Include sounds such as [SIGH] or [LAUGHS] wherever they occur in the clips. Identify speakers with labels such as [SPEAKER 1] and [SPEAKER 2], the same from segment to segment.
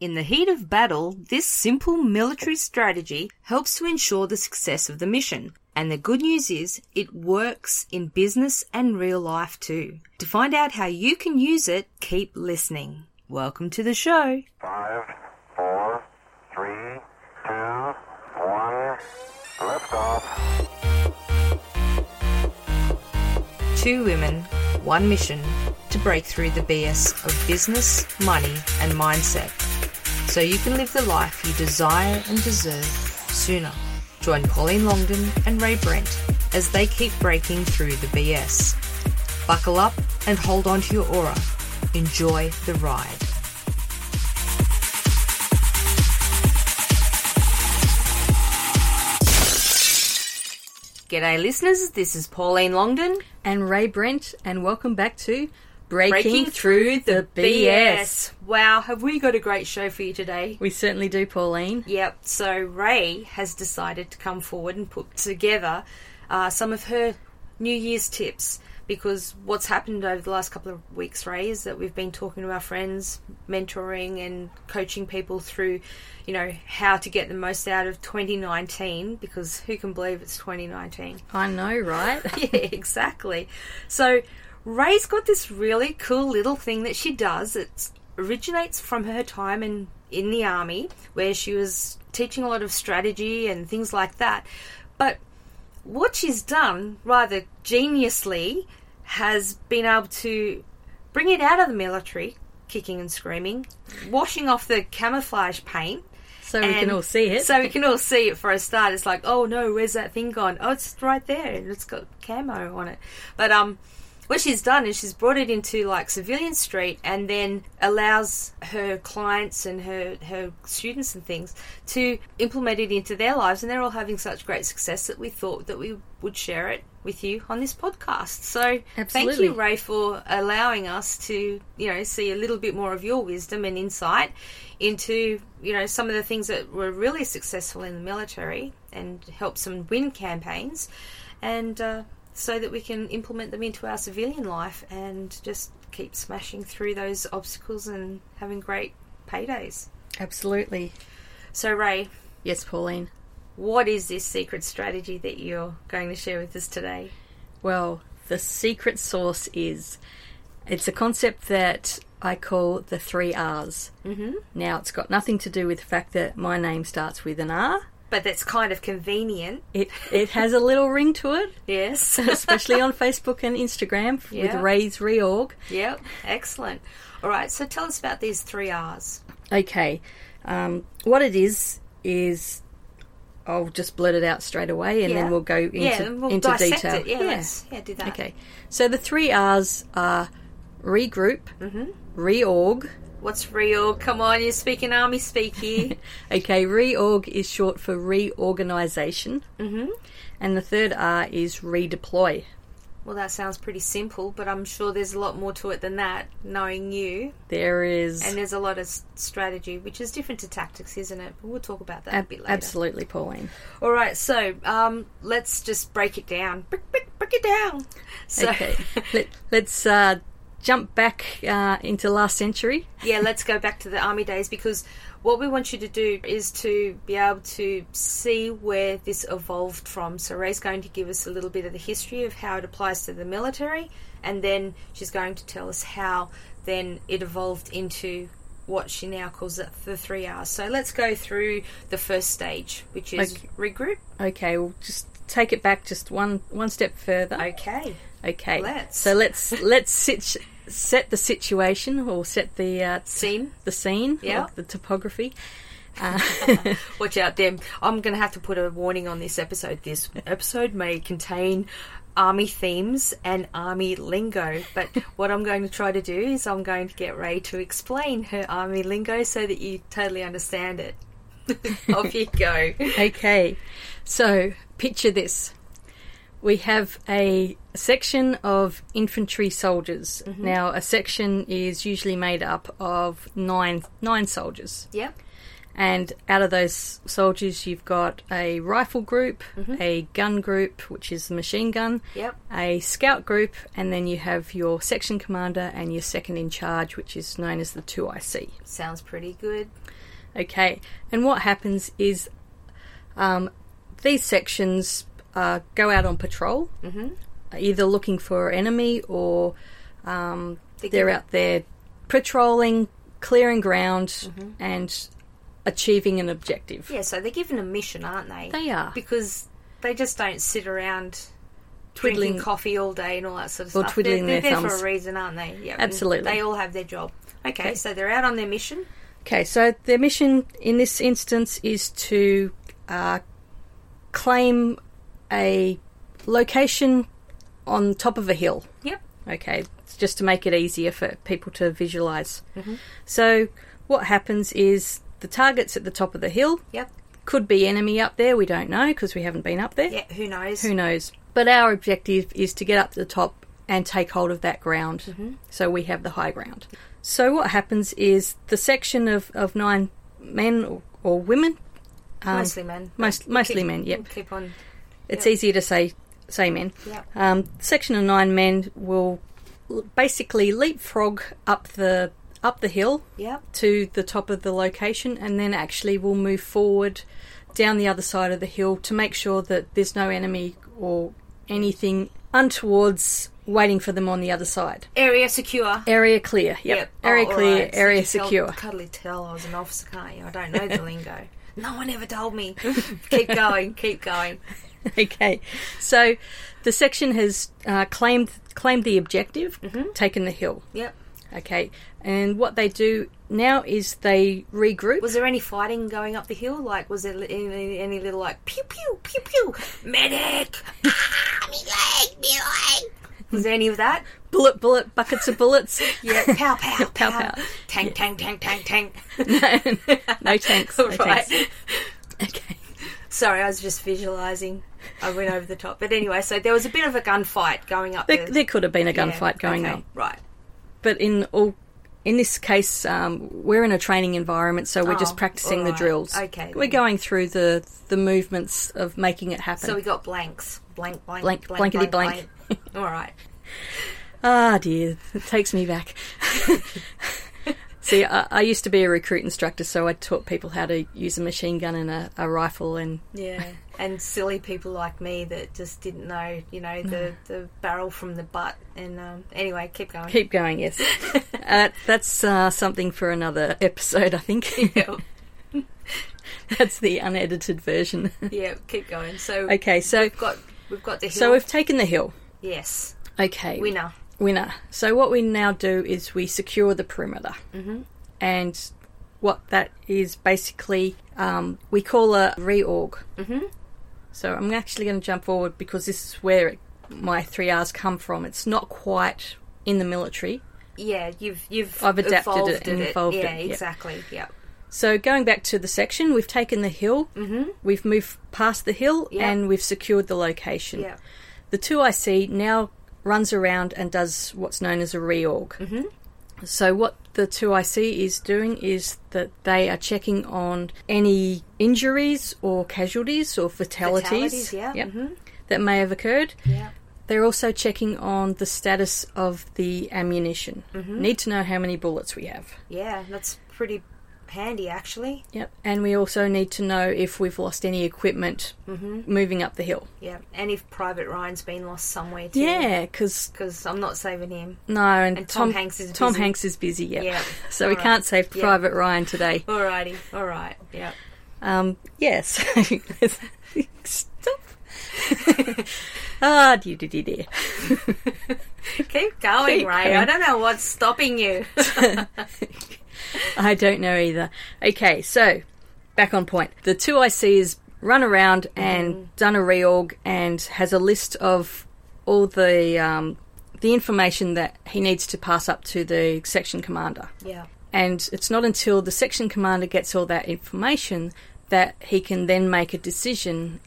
[SPEAKER 1] In the heat of battle, this simple military strategy helps to ensure the success of the mission. And the good news is, it works in business and real life too. To find out how you can use it, keep listening. Welcome to the show.
[SPEAKER 2] Five, four, three, two, one, liftoff.
[SPEAKER 1] Two women, one mission to break through the BS of business, money, and mindset so you can live the life you desire and deserve sooner. Join Pauline Longdon and Ray Brent as they keep breaking through the BS. Buckle up and hold on to your aura. Enjoy the ride. G'day, listeners. This is Pauline Longdon.
[SPEAKER 3] and Ray Brent, and welcome back to Breaking,
[SPEAKER 1] Breaking
[SPEAKER 3] Through the BS.
[SPEAKER 1] Wow, have we got a great show for you today?
[SPEAKER 3] We certainly do, Pauline.
[SPEAKER 1] Yep, so Ray has decided to come forward and put together uh, some of her New Year's tips because what's happened over the last couple of weeks, Ray, is that we've been talking to our friends, mentoring and coaching people through, you know, how to get the most out of 2019 because who can believe it's 2019?
[SPEAKER 3] I know, right?
[SPEAKER 1] [LAUGHS] yeah, exactly. So Ray's got this really cool little thing that she does. It originates from her time in in the army, where she was teaching a lot of strategy and things like that. But what she's done, rather geniusly, has been able to bring it out of the military, kicking and screaming, washing off the camouflage paint,
[SPEAKER 3] So we can
[SPEAKER 1] and
[SPEAKER 3] all see it.
[SPEAKER 1] So we can all see it for a start. It's like, oh no, where's that thing gone? Oh, it's right there. and It's got camo on it. But um, what she's done is she's brought it into like civilian street, and then allows her clients and her her students and things to implement it into their lives, and they're all having such great success that we thought that we would share it with you on this podcast. So thank
[SPEAKER 3] Absolutely.
[SPEAKER 1] you, Ray, for allowing us to, you know, see a little bit more of your wisdom and insight into, you know, some of the things that were really successful in the military and help some win campaigns, and uh, so that we can implement them into our civilian life and just keep smashing through those obstacles and having great paydays.
[SPEAKER 3] Absolutely.
[SPEAKER 1] So, Ray,
[SPEAKER 3] Yes, Pauline.
[SPEAKER 1] what is this secret strategy that you're going to share with us today?
[SPEAKER 3] Well, the secret sauce is it's a concept that I call the three R's. Mm-hmm. Now, it's got nothing to do with the fact that my name starts with an R.
[SPEAKER 1] But that's kind of convenient.
[SPEAKER 3] It, it has a little ring to it,
[SPEAKER 1] Yes.
[SPEAKER 3] [LAUGHS]
[SPEAKER 1] [LAUGHS]
[SPEAKER 3] especially on Facebook and Instagram
[SPEAKER 1] Yeah.
[SPEAKER 3] with Ray's Reorg.
[SPEAKER 1] Yep, excellent. All right, so tell us about these three R's.
[SPEAKER 3] Okay. Um, what it is is I'll just blurt it out straight away, and
[SPEAKER 1] Yeah.
[SPEAKER 3] then we'll go into,
[SPEAKER 1] yeah, and we'll
[SPEAKER 3] into
[SPEAKER 1] dissect
[SPEAKER 3] detail.
[SPEAKER 1] it. Yeah, let's- yeah, do that.
[SPEAKER 3] Okay. So the three R's are regroup,
[SPEAKER 1] Mm-hmm.
[SPEAKER 3] reorg.
[SPEAKER 1] What's real? Come on, you're speaking army speak
[SPEAKER 3] [LAUGHS]
[SPEAKER 1] here.
[SPEAKER 3] Okay, reorg is short for reorganization, mm-hmm. and the third R is redeploy.
[SPEAKER 1] well, that sounds pretty simple, but I'm sure there's a lot more to it than that, knowing you.
[SPEAKER 3] There is
[SPEAKER 1] And there's a lot of s- strategy, which is different to tactics, isn't it? But we'll talk about that a
[SPEAKER 3] ab-
[SPEAKER 1] bit later.
[SPEAKER 3] absolutely Pauline.
[SPEAKER 1] All right, so um, let's just break it down. Break, break, break it down. So, [LAUGHS]
[SPEAKER 3] Okay, Let, let's uh, jump back uh, into last century.
[SPEAKER 1] yeah, let's go back to the army days because what we want you to do is to be able to see where this evolved from. So Ray's going to give us a little bit of the history of how it applies to the military, and then she's going to tell us how then it evolved into what she now calls the, the three R's. So let's go through the first stage, which is
[SPEAKER 3] Okay.
[SPEAKER 1] regroup.
[SPEAKER 3] Okay, we'll just take it back just one one step further.
[SPEAKER 1] Okay.
[SPEAKER 3] Okay,
[SPEAKER 1] let's.
[SPEAKER 3] so let's let's sit, set the situation or set the uh, t-
[SPEAKER 1] Scene.
[SPEAKER 3] the scene, or
[SPEAKER 1] Yeah.
[SPEAKER 3] the topography. Uh,
[SPEAKER 1] Watch out, them. I'm going to have to put a warning on this episode. This episode may contain army themes and army lingo, but what I'm going to try to do is I'm going to get Ray to explain her army lingo so that you totally understand it. [LAUGHS] Off you go.
[SPEAKER 3] [LAUGHS] Okay, so picture this: we have a section of infantry soldiers.
[SPEAKER 1] Mm-hmm.
[SPEAKER 3] Now, a section is usually made up of nine nine soldiers.
[SPEAKER 1] Yep.
[SPEAKER 3] And out of those soldiers, you've got a rifle group, a gun group, which is the machine gun,
[SPEAKER 1] Yep.
[SPEAKER 3] a scout group, and then you have your section commander and your second in charge, which is known as the 2IC.
[SPEAKER 1] Sounds pretty good.
[SPEAKER 3] Okay, and what happens is um, these sections uh, go out on patrol, either looking for enemy or um,
[SPEAKER 1] They
[SPEAKER 3] they're
[SPEAKER 1] get-
[SPEAKER 3] out there patrolling, clearing ground, and achieving an objective.
[SPEAKER 1] Yeah, so they're given a mission, aren't they?
[SPEAKER 3] They are.
[SPEAKER 1] Because they just don't sit around
[SPEAKER 3] Twiddling-
[SPEAKER 1] drinking coffee all day and all that sort of
[SPEAKER 3] Or
[SPEAKER 1] stuff.
[SPEAKER 3] twiddling
[SPEAKER 1] they're, they're
[SPEAKER 3] their
[SPEAKER 1] there
[SPEAKER 3] thumbs.
[SPEAKER 1] for a reason, aren't they? Yeah, and
[SPEAKER 3] Absolutely.
[SPEAKER 1] They all have their job. Okay, so they're out on their mission.
[SPEAKER 3] Okay, so their mission in this instance is to uh, claim a location on top of a hill.
[SPEAKER 1] Yep.
[SPEAKER 3] Okay, it's just to make it easier for people to visualize.
[SPEAKER 1] Mm-hmm.
[SPEAKER 3] So, what happens is the target's at the top of the hill.
[SPEAKER 1] Yep.
[SPEAKER 3] Could be enemy up there, we don't know because we haven't been up there.
[SPEAKER 1] Yeah. Who knows?
[SPEAKER 3] Who knows? But our objective is to get up to the top and take hold of that ground so we have the high ground. So, what happens is the section of, of nine men or, or women, um,
[SPEAKER 1] mostly men.
[SPEAKER 3] most, mostly men, yep.
[SPEAKER 1] Keep on.
[SPEAKER 3] It's
[SPEAKER 1] Yep.
[SPEAKER 3] easier to say say men.
[SPEAKER 1] Yep.
[SPEAKER 3] Um, section of nine men will l- basically leapfrog up the up the hill
[SPEAKER 1] Yep.
[SPEAKER 3] to the top of the location, and then actually will move forward down the other side of the hill to make sure that there's no enemy or anything untowards waiting for them on the other side.
[SPEAKER 1] Area secure.
[SPEAKER 3] Area clear. Yep.
[SPEAKER 1] Oh,
[SPEAKER 3] Area
[SPEAKER 1] all
[SPEAKER 3] clear.
[SPEAKER 1] right. So
[SPEAKER 3] Area
[SPEAKER 1] you tell-
[SPEAKER 3] secure. [LAUGHS]
[SPEAKER 1] cuddly tell I was an officer, can't you? I don't know the lingo. No one ever told me. [LAUGHS] keep going. Keep going.
[SPEAKER 3] okay, so the section has uh, claimed claimed the objective,
[SPEAKER 1] Mm-hmm.
[SPEAKER 3] taken the hill.
[SPEAKER 1] Yep.
[SPEAKER 3] Okay, and what they do now is they regroup.
[SPEAKER 1] Was there any fighting going up the hill? Like, was there li- any, any little like pew pew pew pew medic? Ah, [LAUGHS] me leg, me leg. Was there any of that?
[SPEAKER 3] bullet, bullet, buckets of bullets.
[SPEAKER 1] [LAUGHS] Yeah, pow pow
[SPEAKER 3] Pow,
[SPEAKER 1] pow,
[SPEAKER 3] pow.
[SPEAKER 1] tang tang tang tang tang.
[SPEAKER 3] [LAUGHS] no tanks.
[SPEAKER 1] [LAUGHS]
[SPEAKER 3] No
[SPEAKER 1] All right.
[SPEAKER 3] tanks. [LAUGHS] Okay.
[SPEAKER 1] Sorry, I was just visualizing. I went over the top, but anyway, so there was a bit of a gunfight going up
[SPEAKER 3] There,
[SPEAKER 1] the-
[SPEAKER 3] there could have been a
[SPEAKER 1] yeah,
[SPEAKER 3] gunfight going
[SPEAKER 1] okay,
[SPEAKER 3] on,
[SPEAKER 1] Right.
[SPEAKER 3] but in all, in this case, um, we're in a training environment, so we're
[SPEAKER 1] Oh,
[SPEAKER 3] just practicing
[SPEAKER 1] all
[SPEAKER 3] the
[SPEAKER 1] right.
[SPEAKER 3] drills.
[SPEAKER 1] Okay,
[SPEAKER 3] we're
[SPEAKER 1] then.
[SPEAKER 3] going through the the movements of making it happen.
[SPEAKER 1] So we got blanks. Blank blank
[SPEAKER 3] Blank,
[SPEAKER 1] blank
[SPEAKER 3] blankety
[SPEAKER 1] blank.
[SPEAKER 3] blank.
[SPEAKER 1] blank. All right.
[SPEAKER 3] Ah, dear. It takes me back. [LAUGHS] See, I, I used to be a recruit instructor, so I taught people how to use a machine gun and a, a rifle, and
[SPEAKER 1] Yeah, and silly people like me that just didn't know, you know, the, the barrel from the butt. And um, anyway, keep going.
[SPEAKER 3] keep
[SPEAKER 1] [LAUGHS]
[SPEAKER 3] going, yes. uh, that's uh, something for another episode, I think.
[SPEAKER 1] yeah,
[SPEAKER 3] [LAUGHS] that's the unedited version. [LAUGHS]
[SPEAKER 1] yeah, keep going. So
[SPEAKER 3] okay, so
[SPEAKER 1] we've got we've got the hill.
[SPEAKER 3] so we've taken the hill.
[SPEAKER 1] yes,
[SPEAKER 3] Okay.
[SPEAKER 1] winner.
[SPEAKER 3] winner. So what we now do is we secure the perimeter, mm-hmm. and what that is basically um, we call a reorg. Mm-hmm. So I'm actually going to jump forward because this is where it, my three R's come from. It's not quite in the military.
[SPEAKER 1] Yeah, you've you've
[SPEAKER 3] I've adapted
[SPEAKER 1] evolved
[SPEAKER 3] it and evolved
[SPEAKER 1] yeah,
[SPEAKER 3] it, yeah.
[SPEAKER 1] exactly. Yeah,
[SPEAKER 3] So going back to the section, we've taken the hill, mm-hmm. we've moved past the hill,
[SPEAKER 1] Yep.
[SPEAKER 3] and we've secured the location.
[SPEAKER 1] yeah.
[SPEAKER 3] The 2IC now runs around and does what's known as a reorg.
[SPEAKER 1] Mm-hmm.
[SPEAKER 3] So, what the 2IC is doing is that they are checking on any injuries or casualties or fatalities,
[SPEAKER 1] Fatalities, yeah,
[SPEAKER 3] yep,
[SPEAKER 1] mhm.
[SPEAKER 3] that may have occurred.
[SPEAKER 1] Yeah.
[SPEAKER 3] They're also checking on the status of the ammunition.
[SPEAKER 1] Mm-hmm.
[SPEAKER 3] Need to know how many bullets we have.
[SPEAKER 1] Yeah, that's pretty handy actually.
[SPEAKER 3] Yep. And we also need to know if we've lost any equipment
[SPEAKER 1] Mm-hmm.
[SPEAKER 3] moving up the hill.
[SPEAKER 1] Yeah, and if Private Ryan's been lost somewhere too.
[SPEAKER 3] Yeah, because
[SPEAKER 1] Because I'm not saving him.
[SPEAKER 3] No, and,
[SPEAKER 1] And Tom Hanks is
[SPEAKER 3] Tom
[SPEAKER 1] busy.
[SPEAKER 3] Hanks is busy. Yeah,
[SPEAKER 1] Yeah.
[SPEAKER 3] so we
[SPEAKER 1] All right.
[SPEAKER 3] can't save
[SPEAKER 1] Yeah.
[SPEAKER 3] Private Ryan today.
[SPEAKER 1] Alrighty, alright, yeah.
[SPEAKER 3] [LAUGHS] Um, yes. [LAUGHS] Stop. [LAUGHS] ah, dear, dear, dear, dear.
[SPEAKER 1] [LAUGHS] [LAUGHS] Keep going, Ray.
[SPEAKER 3] Keep
[SPEAKER 1] I
[SPEAKER 3] going.
[SPEAKER 1] don't know what's stopping you. [LAUGHS]
[SPEAKER 3] [LAUGHS] I don't know either. Okay, so back on point. The two I see is run around and
[SPEAKER 1] Mm.
[SPEAKER 3] done a reorg and has a list of all the um, the information that he needs to pass up to the section commander.
[SPEAKER 1] yeah.
[SPEAKER 3] And it's not until the section commander gets all that information that he can then make a decision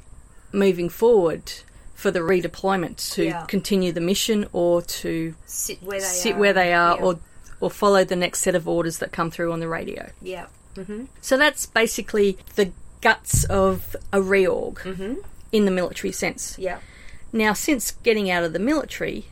[SPEAKER 3] moving forward for the redeployment to
[SPEAKER 1] Yeah.
[SPEAKER 3] continue the mission or to
[SPEAKER 1] Sit where they
[SPEAKER 3] sit
[SPEAKER 1] are.
[SPEAKER 3] where they are
[SPEAKER 1] Yeah.
[SPEAKER 3] or or follow the next set of orders that come through on the radio.
[SPEAKER 1] Yeah.
[SPEAKER 3] So that's basically the guts of a reorg in the military sense.
[SPEAKER 1] Mm-hmm. Yeah.
[SPEAKER 3] Now, since getting out of the military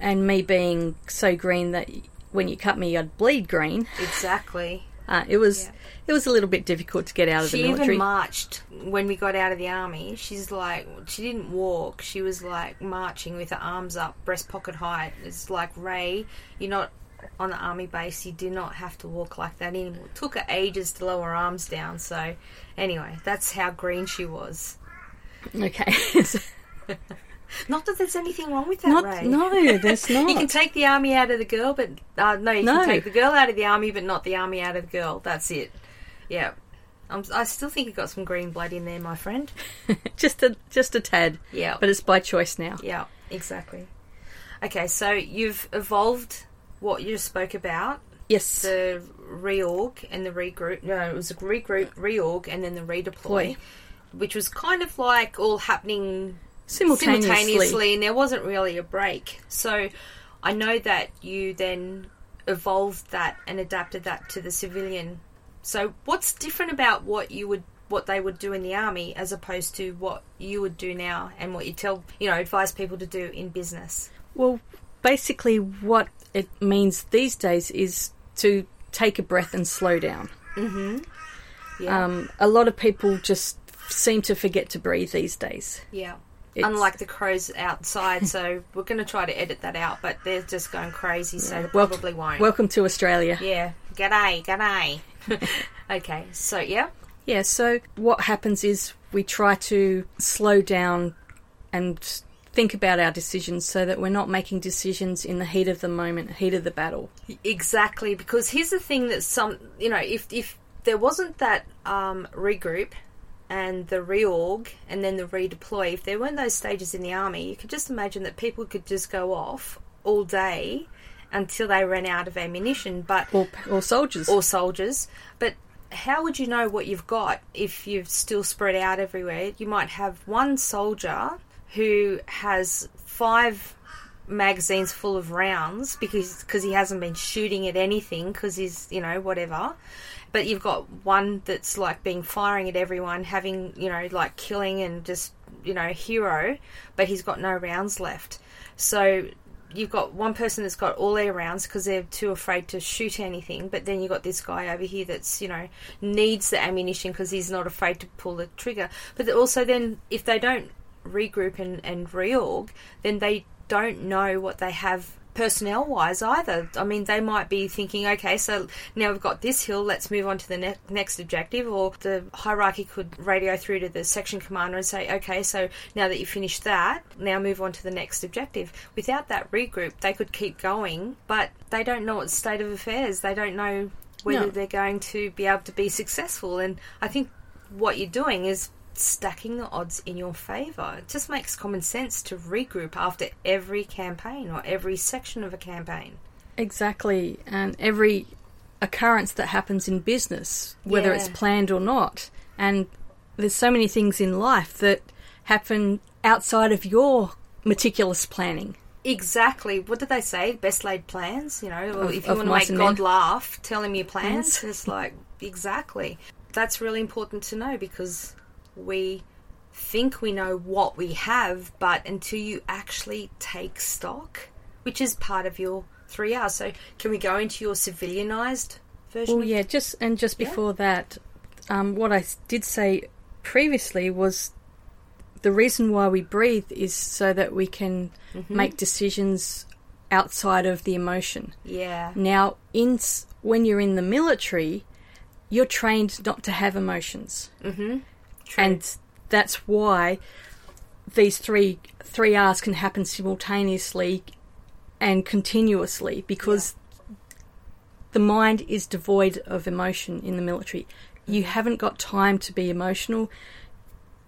[SPEAKER 3] and me being so green that when you cut me, I'd bleed green,
[SPEAKER 1] Exactly.
[SPEAKER 3] uh, it was
[SPEAKER 1] Yeah.
[SPEAKER 3] it was a little bit difficult to get out of
[SPEAKER 1] She
[SPEAKER 3] the military.
[SPEAKER 1] even marched when we got out of the army. She's like, she didn't walk. She was like marching with her arms up, breast pocket height. It's like Ray, you're not on the army base. You do not have to walk like that anymore. It took her ages to lower her arms down. So, anyway, that's how green she was.
[SPEAKER 3] okay. [LAUGHS] So-
[SPEAKER 1] Not that there's anything wrong with that,
[SPEAKER 3] not,
[SPEAKER 1] Ray.
[SPEAKER 3] [LAUGHS] no, there's not.
[SPEAKER 1] You can take the army out of the girl, but uh, no, you
[SPEAKER 3] Oh. No.
[SPEAKER 1] can take the girl out of the army, but not the army out of the girl. That's it. Yeah, I'm, I still think you got some green blood in there, my friend.
[SPEAKER 3] just a just a tad.
[SPEAKER 1] Yeah.
[SPEAKER 3] But it's by choice now.
[SPEAKER 1] Yeah, exactly. Okay, so you've evolved what you spoke about
[SPEAKER 3] Yes.
[SPEAKER 1] the reorg and the regroup. No, it was a regroup, reorg, and then the redeploy,
[SPEAKER 3] Deploy.
[SPEAKER 1] which was kind of like all happening
[SPEAKER 3] Simultaneously.
[SPEAKER 1] simultaneously, and there wasn't really a break. So I know that you then evolved that and adapted that to the civilian. So what's different about what you would what they would do in the army as opposed to what you would do now and what you tell you know advise people to do in business?
[SPEAKER 3] Well, basically, what it means these days is to take a breath and slow down.
[SPEAKER 1] Mm-hmm. Yeah,
[SPEAKER 3] Um, a lot of people just seem to forget to breathe these days.
[SPEAKER 1] yeah.
[SPEAKER 3] it's-
[SPEAKER 1] Unlike the crows outside, so we're going to try to edit that out, but they're just going crazy, so they
[SPEAKER 3] Wel-
[SPEAKER 1] probably won't.
[SPEAKER 3] Welcome to Australia.
[SPEAKER 1] yeah, g'day, g'day. [LAUGHS] okay, so yeah,
[SPEAKER 3] Yeah, so what happens is we try to slow down and think about our decisions so that we're not making decisions in the heat of the moment, heat of the battle.
[SPEAKER 1] Exactly, because here's the thing that some, you know, if if there wasn't that um, regroup and the reorg and then the redeploy, if there weren't those stages in the army, you could just imagine that people could just go off all day until they ran out of ammunition. But
[SPEAKER 3] Or, or soldiers.
[SPEAKER 1] or soldiers. But how would you know what you've got if you've still spread out everywhere? You might have one soldier who has five magazines full of rounds because cause he hasn't been shooting at anything because he's, you know, whatever. But you've got one that's like being firing at everyone, having, you know, like killing and just, you know, hero, but he's got no rounds left. So you've got one person that's got all their rounds because they're too afraid to shoot anything, but then you've got this guy over here that's, you know, needs the ammunition because he's not afraid to pull the trigger. But th- also, then, if they don't regroup and, and reorg, then they don't know what they have personnel wise either. I mean, they might be thinking, okay, so now we've got this hill, let's move on to the ne- next objective. Or the hierarchy could radio through to the section commander and say, okay, so now that you finished that, now move on to the next objective. Without that regroup, they could keep going, but they don't know its state of affairs. They don't know whether
[SPEAKER 3] No.
[SPEAKER 1] they're going to be able to be successful. And I think what you're doing is stacking the odds in your favor. It just makes common sense to regroup after every campaign or every section of a campaign.
[SPEAKER 3] Exactly. And every occurrence that happens in business, whether
[SPEAKER 1] Yeah.
[SPEAKER 3] it's planned or not. And there's so many things in life that happen outside of your meticulous planning.
[SPEAKER 1] Exactly. What did they say? Best laid plans, you know. Well,
[SPEAKER 3] Of-
[SPEAKER 1] if you
[SPEAKER 3] of
[SPEAKER 1] want to
[SPEAKER 3] mice
[SPEAKER 1] make
[SPEAKER 3] and
[SPEAKER 1] God
[SPEAKER 3] men.
[SPEAKER 1] laugh, tell him your plans.
[SPEAKER 3] Plans. [LAUGHS]
[SPEAKER 1] It's like exactly. That's really important to know because we think we know what we have, but until you actually take stock, which is part of your three R. So, can we go into your civilianized version?
[SPEAKER 3] Well,
[SPEAKER 1] of-
[SPEAKER 3] yeah, just and just before that, um, what I s- did say previously was the reason why we breathe is so that we can make decisions outside of the emotion.
[SPEAKER 1] yeah.
[SPEAKER 3] Now, in s- when you're in the military, you're trained not to have emotions,
[SPEAKER 1] Mm-hmm. True.
[SPEAKER 3] and that's why these three three R's can happen simultaneously and continuously because the mind is devoid of emotion in the military. You haven't got time to be emotional.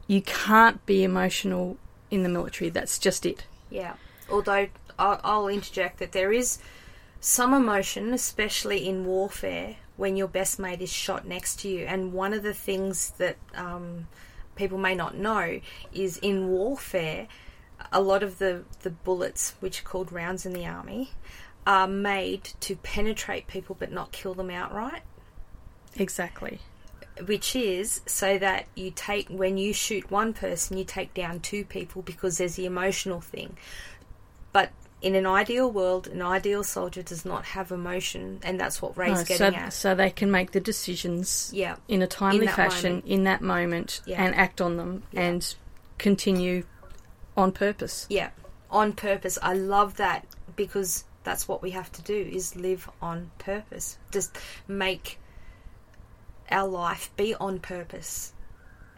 [SPEAKER 3] You can't be emotional in the military. That's just it.
[SPEAKER 1] Yeah. Although I'll, I'll interject that there is some emotion, especially in warfare, when your best mate is shot next to you. And one of the things that um, people may not know is in warfare, a lot of the, the bullets, which are called rounds in the army, are made to penetrate people but not kill them outright.
[SPEAKER 3] Exactly.
[SPEAKER 1] which is so that you take when you shoot one person you take down two people because there's the emotional thing but in an ideal world an ideal soldier does not have emotion and that's what ray's
[SPEAKER 3] No, so,
[SPEAKER 1] getting at
[SPEAKER 3] so they can make the decisions
[SPEAKER 1] Yeah.
[SPEAKER 3] in a timely
[SPEAKER 1] that
[SPEAKER 3] fashion
[SPEAKER 1] moment.
[SPEAKER 3] in that moment
[SPEAKER 1] Yeah. Mm.
[SPEAKER 3] and act on them and continue on purpose.
[SPEAKER 1] yeah on purpose i love that because that's what we have to do is live on purpose just make our life be on purpose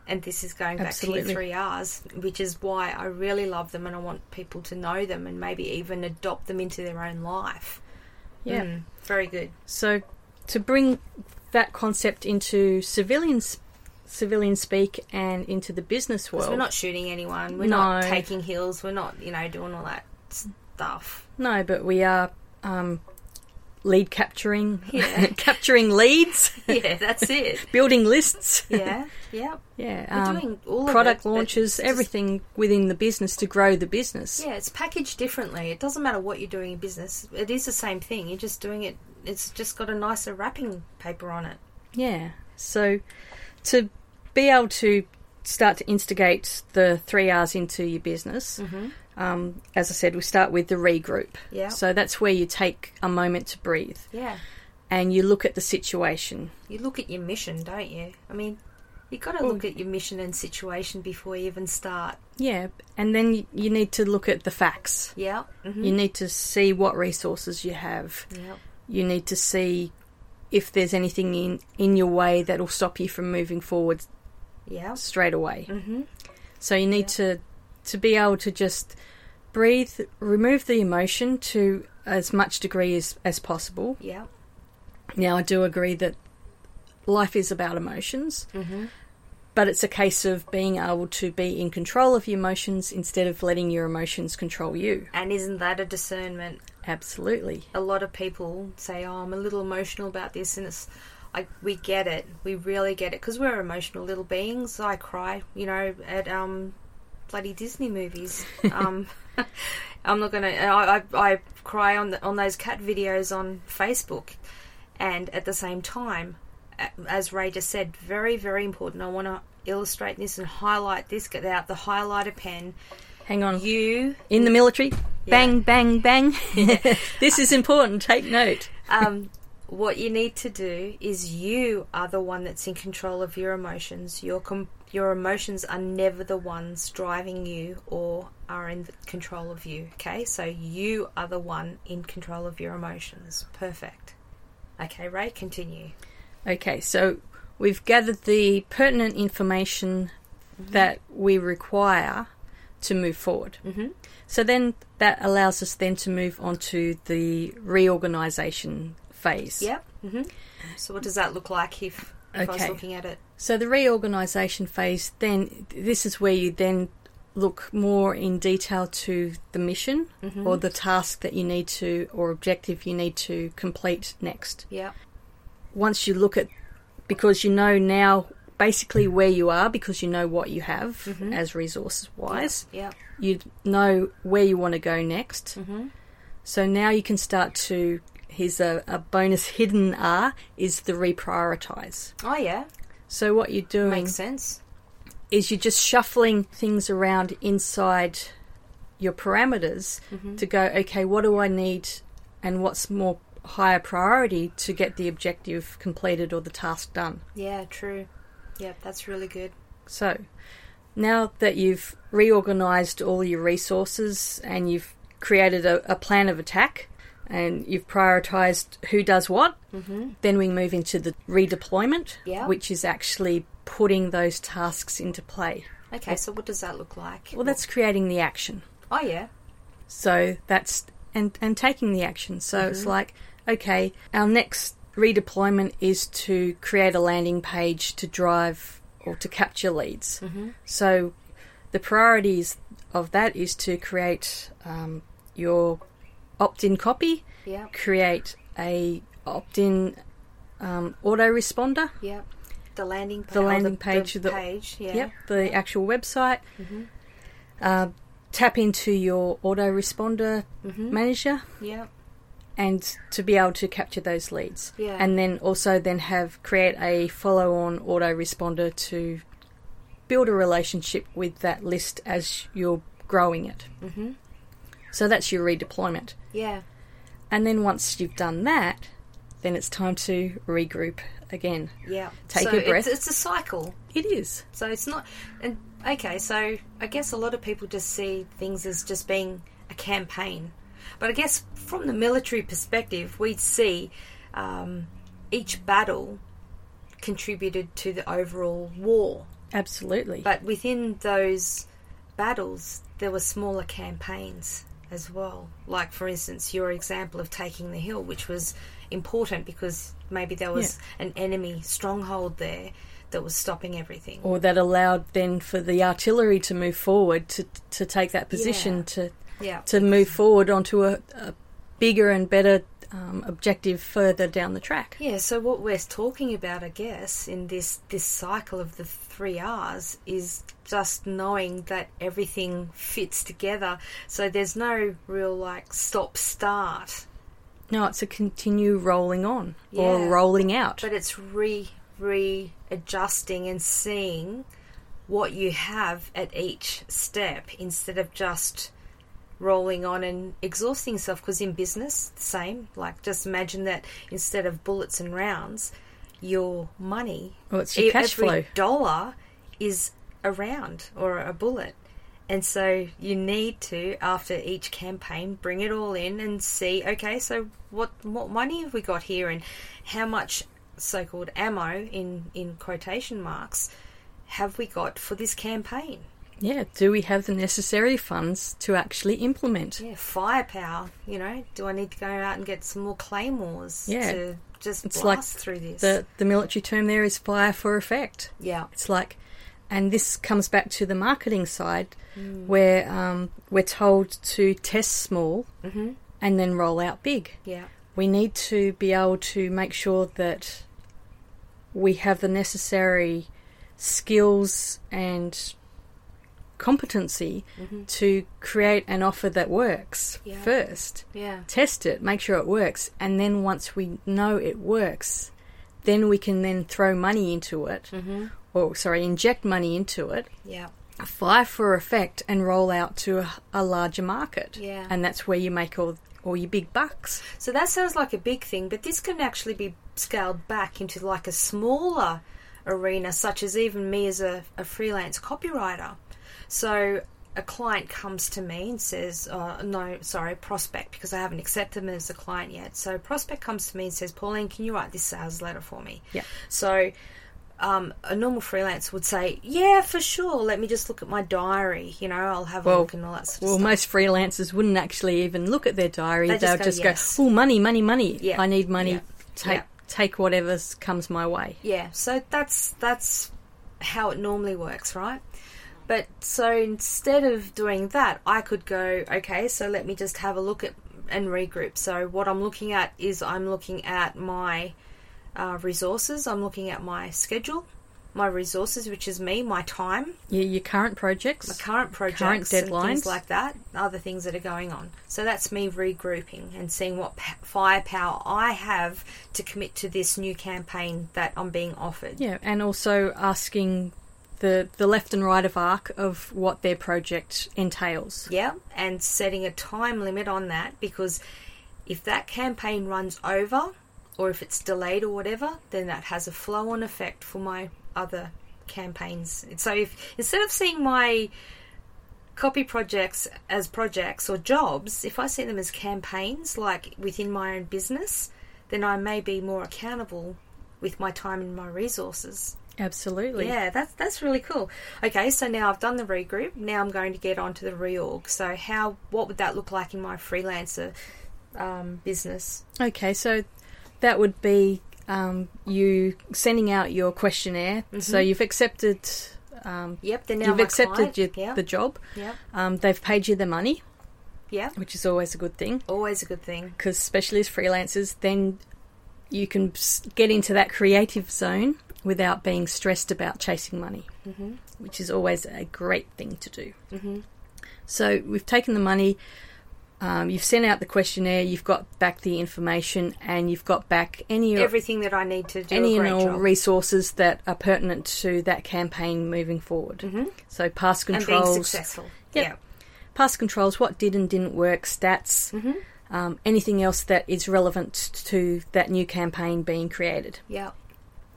[SPEAKER 1] and this is going back to
[SPEAKER 3] Absolutely.
[SPEAKER 1] your three r's which is why i really love them and i want people to know them and maybe even adopt them into their own life
[SPEAKER 3] Yeah.
[SPEAKER 1] Mm, very good
[SPEAKER 3] So to bring that concept into civilian s- civilian speak and into the business world.
[SPEAKER 1] so we're not shooting anyone we're
[SPEAKER 3] No.
[SPEAKER 1] not taking hills we're not you know doing all that
[SPEAKER 3] [LAUGHS]
[SPEAKER 1] stuff
[SPEAKER 3] no, but we are um, lead capturing,
[SPEAKER 1] Yeah.
[SPEAKER 3] [LAUGHS] capturing leads,
[SPEAKER 1] yeah that's it
[SPEAKER 3] building lists.
[SPEAKER 1] [LAUGHS] yeah yeah
[SPEAKER 3] [LAUGHS] Yeah,
[SPEAKER 1] We're
[SPEAKER 3] um,
[SPEAKER 1] doing all of
[SPEAKER 3] product
[SPEAKER 1] it, but
[SPEAKER 3] launches,
[SPEAKER 1] just-
[SPEAKER 3] everything within the business to grow the business.
[SPEAKER 1] Yeah, it's packaged differently. It doesn't matter what you're doing in business. It is the same thing. You're just doing it. It's just got a nicer wrapping paper on it.
[SPEAKER 3] Yeah. So to be able to start to instigate the three R's into your business, um, as I said, we start with the regroup.
[SPEAKER 1] Mm-hmm. Yeah.
[SPEAKER 3] So that's where you take a moment to breathe
[SPEAKER 1] Yeah.
[SPEAKER 3] and you look at the situation.
[SPEAKER 1] You look at your mission, don't you? I mean, you got to look at your mission and situation before you even start.
[SPEAKER 3] Yeah. And then you, you need to look at the facts.
[SPEAKER 1] Yeah. Mm-hmm. Mm.
[SPEAKER 3] You need to see what resources you have.
[SPEAKER 1] Yeah.
[SPEAKER 3] You need to see if there's anything in, in your way that'll stop you from moving forward
[SPEAKER 1] Yeah.
[SPEAKER 3] straight away.
[SPEAKER 1] Mm-hmm.
[SPEAKER 3] So you need to to be able to just breathe, remove the emotion to as much degree as, as possible.
[SPEAKER 1] Yeah.
[SPEAKER 3] Now I do agree that life is about emotions.
[SPEAKER 1] Mhm.
[SPEAKER 3] But it's a case of being able to be in control of your emotions instead of letting your emotions control you.
[SPEAKER 1] And isn't that a discernment?
[SPEAKER 3] Absolutely.
[SPEAKER 1] a lot of people say, "Oh, I'm a little emotional about this," and it's I we get it, we really get it because we're emotional little beings. I cry, you know, at um bloody Disney movies.
[SPEAKER 3] [LAUGHS]
[SPEAKER 1] Um, I'm not gonna. I, I I cry on the, on those cat videos on Facebook, and at the same time, a- as Ray just said, very very important. I want to illustrate this and highlight this. Get out the highlighter pen.
[SPEAKER 3] Hang on.
[SPEAKER 1] You
[SPEAKER 3] in
[SPEAKER 1] [LAUGHS]
[SPEAKER 3] the military, [LAUGHS] bang, bang, bang. this is important. Take note.
[SPEAKER 1] um, what you need to do is you are the one that's in control of your emotions. Your com- your emotions are never the ones driving you or are in control of you. Okay, so you are the one in control of your emotions. Perfect. Okay, Ray, continue.
[SPEAKER 3] Okay, so we've gathered the pertinent information that we require to move forward. Mm-hmm. So then that allows us then to move on to the reorganisation phase.
[SPEAKER 1] Yep. hmm So, what does that look like if, if I was
[SPEAKER 3] Okay.
[SPEAKER 1] looking at it?
[SPEAKER 3] So the reorganisation phase, then this is where you then look more in detail to the mission or the task that you need to or objective you need to complete next.
[SPEAKER 1] Yep.
[SPEAKER 3] once you look at because you know now basically where you are because you know what you have
[SPEAKER 1] Mm-hmm.
[SPEAKER 3] as resources wise
[SPEAKER 1] Yep.
[SPEAKER 3] you know where you want to go next
[SPEAKER 1] Mm-hmm.
[SPEAKER 3] so now you can start to here's a, a bonus [LAUGHS] hidden r is the reprioritize
[SPEAKER 1] Oh yeah,
[SPEAKER 3] so what you're doing
[SPEAKER 1] makes sense.
[SPEAKER 3] is you're just shuffling things around inside your parameters
[SPEAKER 1] Mm-hmm.
[SPEAKER 3] to go okay what do i need and what's more higher priority to get the objective completed or the task done
[SPEAKER 1] Yeah, true. Yep, that's really good.
[SPEAKER 3] So, now that you've reorganized all your resources and you've created a, a plan of attack and you've prioritized who does what, then we move into the redeployment,
[SPEAKER 1] Yeah.
[SPEAKER 3] which is actually putting those tasks into play.
[SPEAKER 1] Okay, so what does that look like?
[SPEAKER 3] Well, that's creating the action.
[SPEAKER 1] oh yeah,
[SPEAKER 3] So that's and and taking the action. So it's like, okay, our next redeployment is to create a landing page to drive or to capture leads. So the priorities of that is to create um, your opt-in copy,
[SPEAKER 1] yeah,
[SPEAKER 3] create a opt-in um, autoresponder.
[SPEAKER 1] Yep. The landing page.
[SPEAKER 3] The landing page
[SPEAKER 1] The,
[SPEAKER 3] of the-
[SPEAKER 1] page. Yeah.
[SPEAKER 3] Yep, the actual website. Uh, tap into your autoresponder manager
[SPEAKER 1] Yep.
[SPEAKER 3] and to be able to capture those leads.
[SPEAKER 1] Yeah.
[SPEAKER 3] And then also then have create a follow-on autoresponder to build a relationship with that list as you're growing it. Mm-hmm. So that's your redeployment.
[SPEAKER 1] Yeah.
[SPEAKER 3] And then once you've done that, then it's time to regroup again.
[SPEAKER 1] Yeah.
[SPEAKER 3] Take
[SPEAKER 1] so
[SPEAKER 3] a breath.
[SPEAKER 1] It's, it's a cycle.
[SPEAKER 3] It is.
[SPEAKER 1] So it's not. And okay, so I guess a lot of people just see things as just being a campaign, but I guess from the military perspective, we see um, each battle contributed to the overall war.
[SPEAKER 3] Absolutely.
[SPEAKER 1] But within those battles, there were smaller campaigns as well. Like, for instance, your example of taking the hill, which was important because maybe there was an enemy stronghold there that was stopping everything.
[SPEAKER 3] or that allowed then for the artillery to move forward to to take that position
[SPEAKER 1] Yeah.
[SPEAKER 3] to
[SPEAKER 1] Yeah.
[SPEAKER 3] to move forward onto a, a bigger and better um, objective further down the track.
[SPEAKER 1] Yeah, so what we're talking about, I guess, in this this cycle of the three R's is just knowing that everything fits together. So there's no real like stop start,
[SPEAKER 3] No, it's a continue rolling on
[SPEAKER 1] Yeah.
[SPEAKER 3] or rolling out.
[SPEAKER 1] but it's re readjusting and seeing what you have at each step instead of just rolling on and exhausting yourself because in business the same like just imagine that instead of bullets and rounds your money
[SPEAKER 3] Well, it's your
[SPEAKER 1] e-
[SPEAKER 3] cash
[SPEAKER 1] every
[SPEAKER 3] flow.
[SPEAKER 1] dollar is a round or a bullet and so you need to after each campaign bring it all in and see okay so what what money have we got here and how much so-called ammo in in quotation marks have we got for this campaign
[SPEAKER 3] Yeah, do we have the necessary funds to actually implement?
[SPEAKER 1] Yeah, firepower. You know, do I need to go out and get some more claymores
[SPEAKER 3] Yeah.
[SPEAKER 1] to just
[SPEAKER 3] It's like
[SPEAKER 1] blast through this?
[SPEAKER 3] The the military term there is fire for effect.
[SPEAKER 1] yeah,
[SPEAKER 3] It's like, and this comes back to the marketing side,
[SPEAKER 1] Mm.
[SPEAKER 3] where um, we're told to test small
[SPEAKER 1] Mm-hmm.
[SPEAKER 3] and then roll out big.
[SPEAKER 1] yeah,
[SPEAKER 3] we need to be able to make sure that we have the necessary skills and competency to create an offer that works
[SPEAKER 1] Mm-hmm. Yeah.
[SPEAKER 3] first.
[SPEAKER 1] yeah,
[SPEAKER 3] Test it, make sure it works, and then once we know it works, then we can then throw money into it,
[SPEAKER 1] Mm-hmm.
[SPEAKER 3] or sorry, inject money into it,
[SPEAKER 1] yeah,
[SPEAKER 3] fire for effect, and roll out to a, a larger market.
[SPEAKER 1] Yeah.
[SPEAKER 3] And that's where you make all, all your big bucks.
[SPEAKER 1] So that sounds like a big thing, but this can actually be scaled back into like a smaller arena, such as even me as a, a freelance copywriter. So a client comes to me and says, uh, No, sorry, prospect, because I haven't accepted them as a client yet. So prospect comes to me and says, Pauline, can you write this sales letter for me?
[SPEAKER 3] Yeah.
[SPEAKER 1] So um, a normal freelance would say, Yeah, for sure. Let me just look at my diary. You know, I'll have a
[SPEAKER 3] Well,
[SPEAKER 1] look and all that sort of
[SPEAKER 3] Well,
[SPEAKER 1] stuff.
[SPEAKER 3] most freelancers wouldn't actually even look at their diary.
[SPEAKER 1] They
[SPEAKER 3] They
[SPEAKER 1] just
[SPEAKER 3] will
[SPEAKER 1] go,
[SPEAKER 3] just
[SPEAKER 1] "Yes."
[SPEAKER 3] go, "Oh, money, money, money!
[SPEAKER 1] Yeah.
[SPEAKER 3] I need money.
[SPEAKER 1] Yeah.
[SPEAKER 3] Take
[SPEAKER 1] Yeah.
[SPEAKER 3] take whatever comes my way."
[SPEAKER 1] Yeah, so that's that's how it normally works, right? But so instead of doing that, I could go, okay, so let me just have a look at and regroup. So what I'm looking at is I'm looking at my uh, resources, I'm looking at my schedule, my resources, which is me, my time,
[SPEAKER 3] Your, your current projects,
[SPEAKER 1] current projects, and things
[SPEAKER 3] deadlines.
[SPEAKER 1] like that, other things that are going on. So that's me regrouping and seeing what p- firepower I have to commit to this new campaign that I'm being offered.
[SPEAKER 3] yeah, and also asking the the left and right of arc of what their project entails.
[SPEAKER 1] Yeah, and setting a time limit on that because if that campaign runs over or if it's delayed or whatever, then that has a flow on effect for my other campaigns. So if instead of seeing my copy projects as projects or jobs, if I see them as campaigns like within my own business, then I may be more accountable with my time and my resources.
[SPEAKER 3] Absolutely.
[SPEAKER 1] Yeah, that's that's really cool. Okay, so now I've done the regroup. Now I'm going to get onto the reorg. So how what would that look like in my freelancer um, business?
[SPEAKER 3] Okay, so that would be um, you sending out your questionnaire. So you've accepted. Um,
[SPEAKER 1] Yep, then now
[SPEAKER 3] You've
[SPEAKER 1] Mm-hmm. my
[SPEAKER 3] accepted
[SPEAKER 1] client.
[SPEAKER 3] your,
[SPEAKER 1] yeah,
[SPEAKER 3] the job.
[SPEAKER 1] yeah,
[SPEAKER 3] Um, they've paid you the money,
[SPEAKER 1] yeah.
[SPEAKER 3] which is always a good thing.
[SPEAKER 1] Always a good thing.
[SPEAKER 3] because especially as freelancers, then you can s- get into that creative zone without being stressed about chasing money, mm-hmm. which is always a great thing to do. Mm-hmm. So we've taken the money, Um, you've sent out the questionnaire, you've got back the information, and you've got back any
[SPEAKER 1] Everything that I need to do
[SPEAKER 3] any
[SPEAKER 1] a
[SPEAKER 3] and
[SPEAKER 1] great
[SPEAKER 3] all
[SPEAKER 1] job.
[SPEAKER 3] resources that are pertinent to that campaign moving forward. So past
[SPEAKER 1] Mm-hmm. and being
[SPEAKER 3] controls,
[SPEAKER 1] successful.
[SPEAKER 3] Yep.
[SPEAKER 1] Yeah.
[SPEAKER 3] past controls, what did and didn't work, stats, um, anything else that is relevant to that new campaign being created.
[SPEAKER 1] Yeah.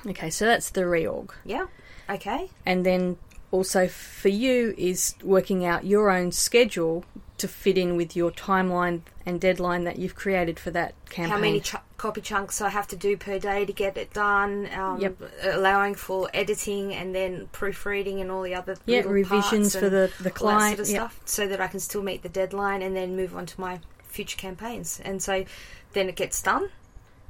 [SPEAKER 3] Okay, so that's the reorg,
[SPEAKER 1] Yeah. Okay.
[SPEAKER 3] and then also for you is working out your own schedule to fit in with your timeline and deadline that you've created for that campaign.
[SPEAKER 1] How many ch- copy chunks I have to do per day to get it done? Um,
[SPEAKER 3] Yep.
[SPEAKER 1] Allowing for editing and then proofreading and all the other
[SPEAKER 3] Yeah,
[SPEAKER 1] little
[SPEAKER 3] revisions
[SPEAKER 1] parts
[SPEAKER 3] for
[SPEAKER 1] and
[SPEAKER 3] the- the
[SPEAKER 1] all that
[SPEAKER 3] client,
[SPEAKER 1] sort of
[SPEAKER 3] yeah.
[SPEAKER 1] stuff, so that I can still meet the deadline and then move on to my future campaigns. And so then it gets done.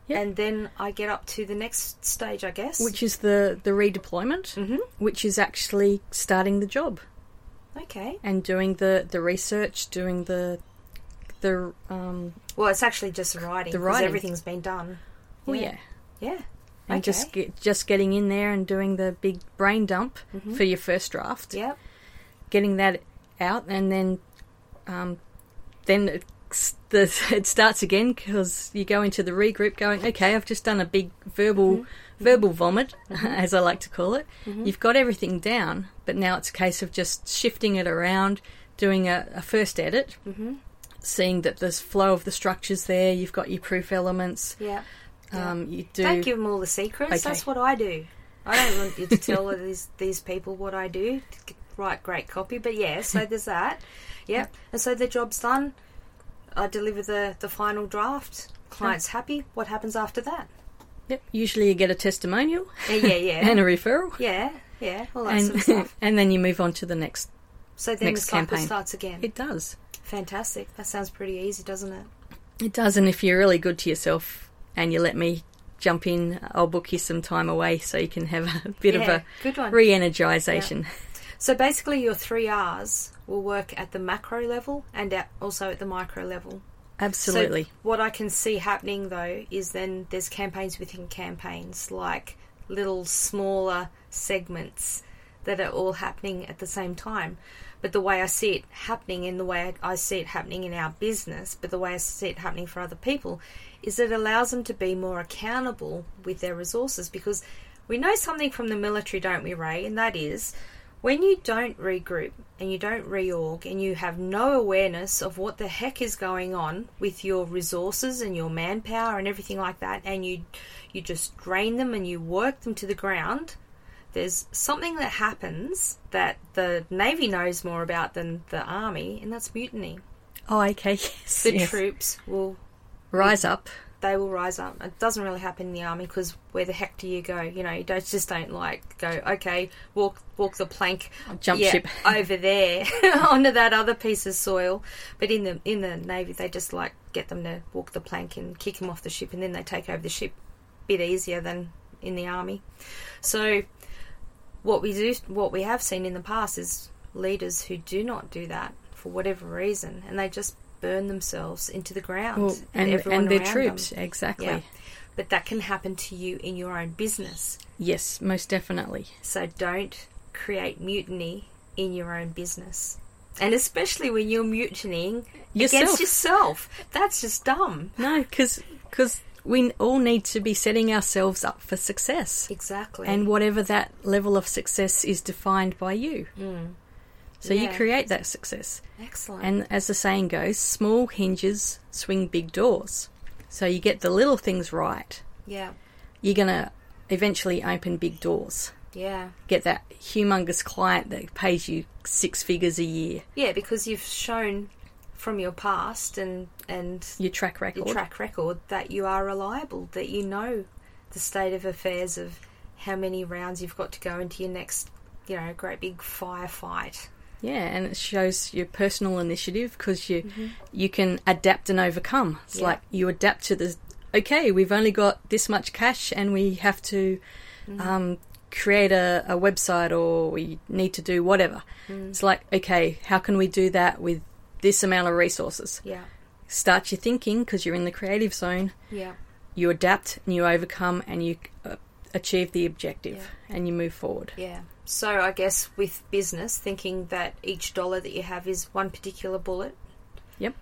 [SPEAKER 3] Yep.
[SPEAKER 1] And then I get up to the next stage, I guess.
[SPEAKER 3] which is the the redeployment, which is actually starting the job
[SPEAKER 1] okay.
[SPEAKER 3] and doing the the research, doing the the um,
[SPEAKER 1] Well, it's actually just writing.
[SPEAKER 3] The
[SPEAKER 1] 'cause
[SPEAKER 3] writing.
[SPEAKER 1] everything's been done.
[SPEAKER 3] well,
[SPEAKER 1] Yeah.
[SPEAKER 3] yeah.
[SPEAKER 1] Yeah.
[SPEAKER 3] and
[SPEAKER 1] okay.
[SPEAKER 3] just get, just getting in there and doing the big brain dump
[SPEAKER 1] Mm-hmm.
[SPEAKER 3] for your first draft,
[SPEAKER 1] Yep.
[SPEAKER 3] getting that out, and then um, then it, s- the, [LAUGHS] it starts again because you go into the regroup, going, okay, I've just done a big verbal
[SPEAKER 1] Mm-hmm.
[SPEAKER 3] verbal vomit, [LAUGHS] as I like to call it. You've got everything down, but now it's a case of just shifting it around, doing a, a first edit.
[SPEAKER 1] Mm-hmm.
[SPEAKER 3] Seeing that there's flow of the structures there, you've got your proof elements.
[SPEAKER 1] Yeah.
[SPEAKER 3] Um, you do
[SPEAKER 1] Don't give them all the secrets.
[SPEAKER 3] Okay.
[SPEAKER 1] That's what I do. I don't want you to tell all these these people what I do. to g- Write great copy, but yeah.
[SPEAKER 3] [LAUGHS]
[SPEAKER 1] So there's that. Yeah, and so the job's done. I deliver the the final draft. Client's happy. What happens after that?
[SPEAKER 3] Yep. Usually you get a testimonial
[SPEAKER 1] Yeah, yeah, yeah,
[SPEAKER 3] [LAUGHS] and a referral.
[SPEAKER 1] yeah, yeah. All that sort of
[SPEAKER 3] And,
[SPEAKER 1] stuff.
[SPEAKER 3] [LAUGHS] and then you move on to the next.
[SPEAKER 1] So then
[SPEAKER 3] Next
[SPEAKER 1] the cycle
[SPEAKER 3] campaign.
[SPEAKER 1] starts again.
[SPEAKER 3] It does.
[SPEAKER 1] Fantastic. That sounds pretty easy, doesn't it?
[SPEAKER 3] It does. And if you're really good to yourself and you let me jump in, I'll book you some time away so you can have a [LAUGHS] bit of
[SPEAKER 1] Yeah,
[SPEAKER 3] a
[SPEAKER 1] good one.
[SPEAKER 3] re energization.
[SPEAKER 1] So basically, your three R's will work at the macro level and at, also at the micro level.
[SPEAKER 3] [LAUGHS] Absolutely.
[SPEAKER 1] So what I can see happening though is then there's campaigns within campaigns, like little smaller segments that are all happening at the same time. But the way I see it happening, and the way I I see it happening in our business, but the way I see it happening for other people, is it allows them to be more accountable with their resources because we know something from the military, don't we, Ray? And that is when you don't regroup and you don't reorg and you have no awareness of what the heck is going on with your resources and your manpower and everything like that and you you just drain them and you work them to the ground there's something that happens that the navy knows more about than the army and that's mutiny
[SPEAKER 3] oh, okay. [LAUGHS] Yes.
[SPEAKER 1] the
[SPEAKER 3] yes.
[SPEAKER 1] troops will
[SPEAKER 3] Rise up.
[SPEAKER 1] they will rise up. It doesn't really happen in the army because where the heck do you go? You know, you don't just don't like go. Okay, walk walk the plank,
[SPEAKER 3] Jump
[SPEAKER 1] yeah,
[SPEAKER 3] ship.
[SPEAKER 1] [LAUGHS] over there onto that other piece of soil. But in the in the navy, they just like get them to walk the plank and kick them off the ship, and then they take over the ship. Bit easier than in the army. So what we do, what we have seen in the past is leaders who do not do that for whatever reason, and they just burn themselves into the ground
[SPEAKER 3] Well, and, and,
[SPEAKER 1] everyone
[SPEAKER 3] their
[SPEAKER 1] around
[SPEAKER 3] troops.
[SPEAKER 1] them.
[SPEAKER 3] Exactly.
[SPEAKER 1] Yeah. But that can happen to you in your own business.
[SPEAKER 3] Yes, most definitely.
[SPEAKER 1] So don't create mutiny in your own business. And especially when you're mutinying
[SPEAKER 3] Yourself.
[SPEAKER 1] against yourself. That's just dumb.
[SPEAKER 3] No, because we all need to be setting ourselves up for success.
[SPEAKER 1] Exactly.
[SPEAKER 3] and whatever that level of success is defined by you. So you
[SPEAKER 1] Mm. Yeah.
[SPEAKER 3] create that success.
[SPEAKER 1] excellent.
[SPEAKER 3] And as the saying goes, small hinges swing big doors. So you get the little things right,
[SPEAKER 1] yeah.
[SPEAKER 3] you're going to eventually open big doors.
[SPEAKER 1] Yeah.
[SPEAKER 3] Get that humongous client that pays you six figures a year,
[SPEAKER 1] Yeah, because you've shown from your past and and
[SPEAKER 3] your track record.
[SPEAKER 1] your track record that you are reliable, that you know the state of affairs of how many rounds you've got to go into your next, you know, great big firefight.
[SPEAKER 3] Yeah, and it shows your personal initiative because you you can adapt and overcome. It's
[SPEAKER 1] Mm-hmm. Yeah.
[SPEAKER 3] like you adapt to the okay, we've only got this much cash, and we have to
[SPEAKER 1] Mm-hmm.
[SPEAKER 3] um, create a, a website or we need to do whatever.
[SPEAKER 1] Mm.
[SPEAKER 3] It's like okay, how can we do that with this amount of resources?
[SPEAKER 1] Yeah.
[SPEAKER 3] Start your thinking because you're in the creative zone.
[SPEAKER 1] Yeah.
[SPEAKER 3] You adapt and you overcome, and you uh, achieve the objective, and you move forward.
[SPEAKER 1] Yeah. So I guess with business, thinking that each dollar that you have is one particular bullet,
[SPEAKER 3] Yep.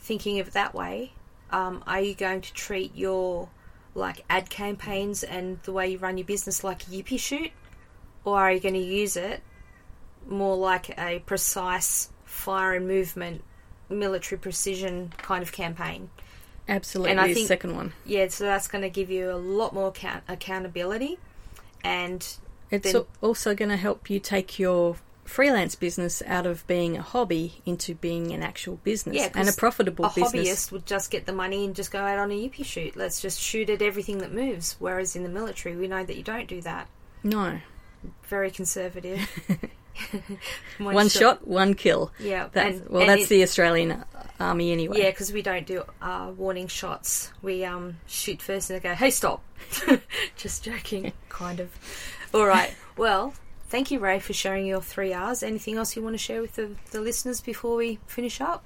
[SPEAKER 1] thinking of it that way, um, are you going to treat your like ad campaigns and the way you run your business like a yippee shoot, or are you going to use it more like a precise fire and movement, military precision kind of campaign?
[SPEAKER 3] Absolutely.
[SPEAKER 1] And I think-
[SPEAKER 3] second one.
[SPEAKER 1] Yeah, so that's going to give you a lot more account- accountability, and
[SPEAKER 3] It's
[SPEAKER 1] then-
[SPEAKER 3] al- also going to help you take your freelance business out of being a hobby into being an actual business
[SPEAKER 1] yeah,
[SPEAKER 3] and a
[SPEAKER 1] 'cause
[SPEAKER 3] profitable
[SPEAKER 1] a
[SPEAKER 3] business.
[SPEAKER 1] hobbyist would just get the money and just go out on a yippee shoot. Let's just shoot at everything that moves. Whereas in the military, we know that you don't do that.
[SPEAKER 3] No.
[SPEAKER 1] Very
[SPEAKER 3] [LAUGHS]
[SPEAKER 1] conservative. [LAUGHS]
[SPEAKER 3] One, shot, one kill.
[SPEAKER 1] Yeah,
[SPEAKER 3] That's,
[SPEAKER 1] and-
[SPEAKER 3] well,
[SPEAKER 1] and
[SPEAKER 3] that's
[SPEAKER 1] it-
[SPEAKER 3] the Australian army anyway.
[SPEAKER 1] Yeah, because we don't do uh, warning shots. We um, shoot first and then go, hey, stop. [LAUGHS] Just
[SPEAKER 3] [LAUGHS]
[SPEAKER 1] joking, kind of. All right. Well, thank you, Ray, for sharing your three R's. Anything else you want to share with the, the listeners before we finish up?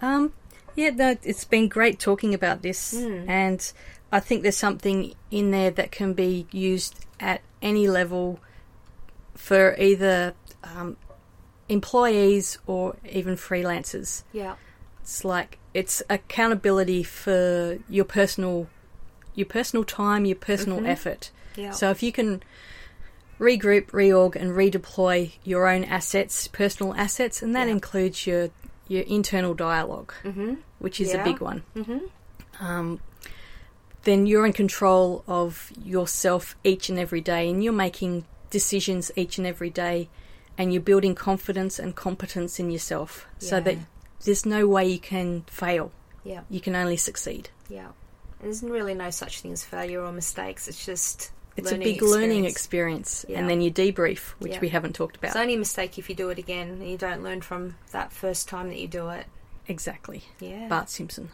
[SPEAKER 3] Um, yeah, no, it's been great talking about this,
[SPEAKER 1] Hmm.
[SPEAKER 3] and I think there's something in there that can be used at any level for either um, employees or even freelancers.
[SPEAKER 1] Yeah.
[SPEAKER 3] It's like it's accountability for your personal, your personal time, your personal effort.
[SPEAKER 1] Yeah.
[SPEAKER 3] So if you can regroup, reorg, and redeploy your own assets, personal assets, and that includes your your internal dialog which is
[SPEAKER 1] Mm-hmm. Yeah.
[SPEAKER 3] a big one. Mm-hmm. Um, then you're in control of yourself each and every day, and you're making decisions each and every day, and you're building confidence and competence in yourself so that
[SPEAKER 1] Yeah.
[SPEAKER 3] there's no way you can fail.
[SPEAKER 1] yeah.
[SPEAKER 3] You can only succeed.
[SPEAKER 1] Yeah. There's really no such thing as failure or mistakes. It's just
[SPEAKER 3] It's
[SPEAKER 1] learning
[SPEAKER 3] a big learning experience,
[SPEAKER 1] Yeah.
[SPEAKER 3] and then you debrief, which
[SPEAKER 1] Yeah.
[SPEAKER 3] we haven't talked about.
[SPEAKER 1] It's only a mistake if you do it again and you don't learn from that first time that you do it.
[SPEAKER 3] exactly.
[SPEAKER 1] Yeah.
[SPEAKER 3] Bart Simpson.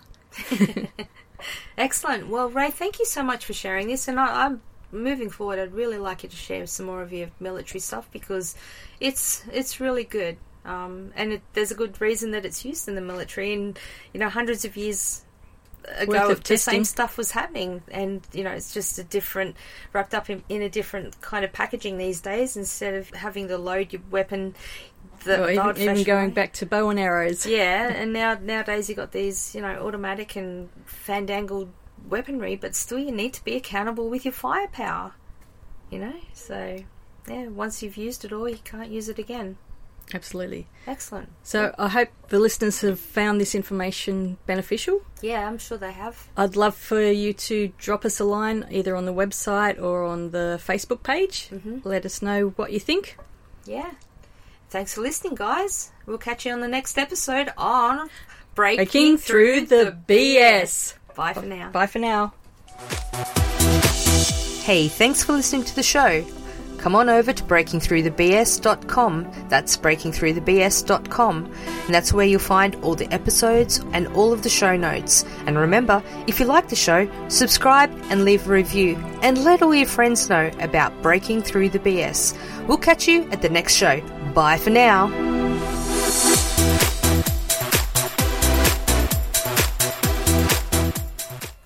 [SPEAKER 1] Excellent. Well, Ray, thank you so much for sharing this. And I, I'm moving forward. I'd really like you to share some more of your military stuff because it's it's really good. Um, and it, there's a good reason that it's used in the military. And you know, hundreds of years ago,
[SPEAKER 3] Worth of
[SPEAKER 1] the same
[SPEAKER 3] testing.
[SPEAKER 1] stuff was happening. And you know, it's just a different wrapped up in, in a different kind of packaging these days. Instead of having to load your weapon, the,
[SPEAKER 3] Or
[SPEAKER 1] the
[SPEAKER 3] even, even
[SPEAKER 1] old-fashioned
[SPEAKER 3] going
[SPEAKER 1] way.
[SPEAKER 3] back to bow and arrows.
[SPEAKER 1] Yeah, and now nowadays you got these, you know, automatic and fandangled weaponry, but still you need to be accountable with your firepower. You know, so yeah, once you've used it all, you can't use it again.
[SPEAKER 3] Absolutely.
[SPEAKER 1] Excellent.
[SPEAKER 3] So I hope the listeners have found this information beneficial.
[SPEAKER 1] Yeah, I'm sure they have.
[SPEAKER 3] I'd love for you to drop us a line either on the website or on the Facebook page.
[SPEAKER 1] Mm-hmm.
[SPEAKER 3] Let us know what you think.
[SPEAKER 1] Yeah. Thanks for listening, guys. We'll catch you on the next episode on Breaking,
[SPEAKER 3] Breaking through the BS.
[SPEAKER 1] Bye for now.
[SPEAKER 3] Bye for now.
[SPEAKER 1] Hey, thanks for listening to the show. Come on over to breakingthroughthebs.com. That's breakingthroughthebs.com. And that's where you'll find all the episodes and all of the show notes. And remember, if you like the show, subscribe and leave a review. And let all your friends know about Breaking Through the BS. We'll catch you at the next show. Bye for now.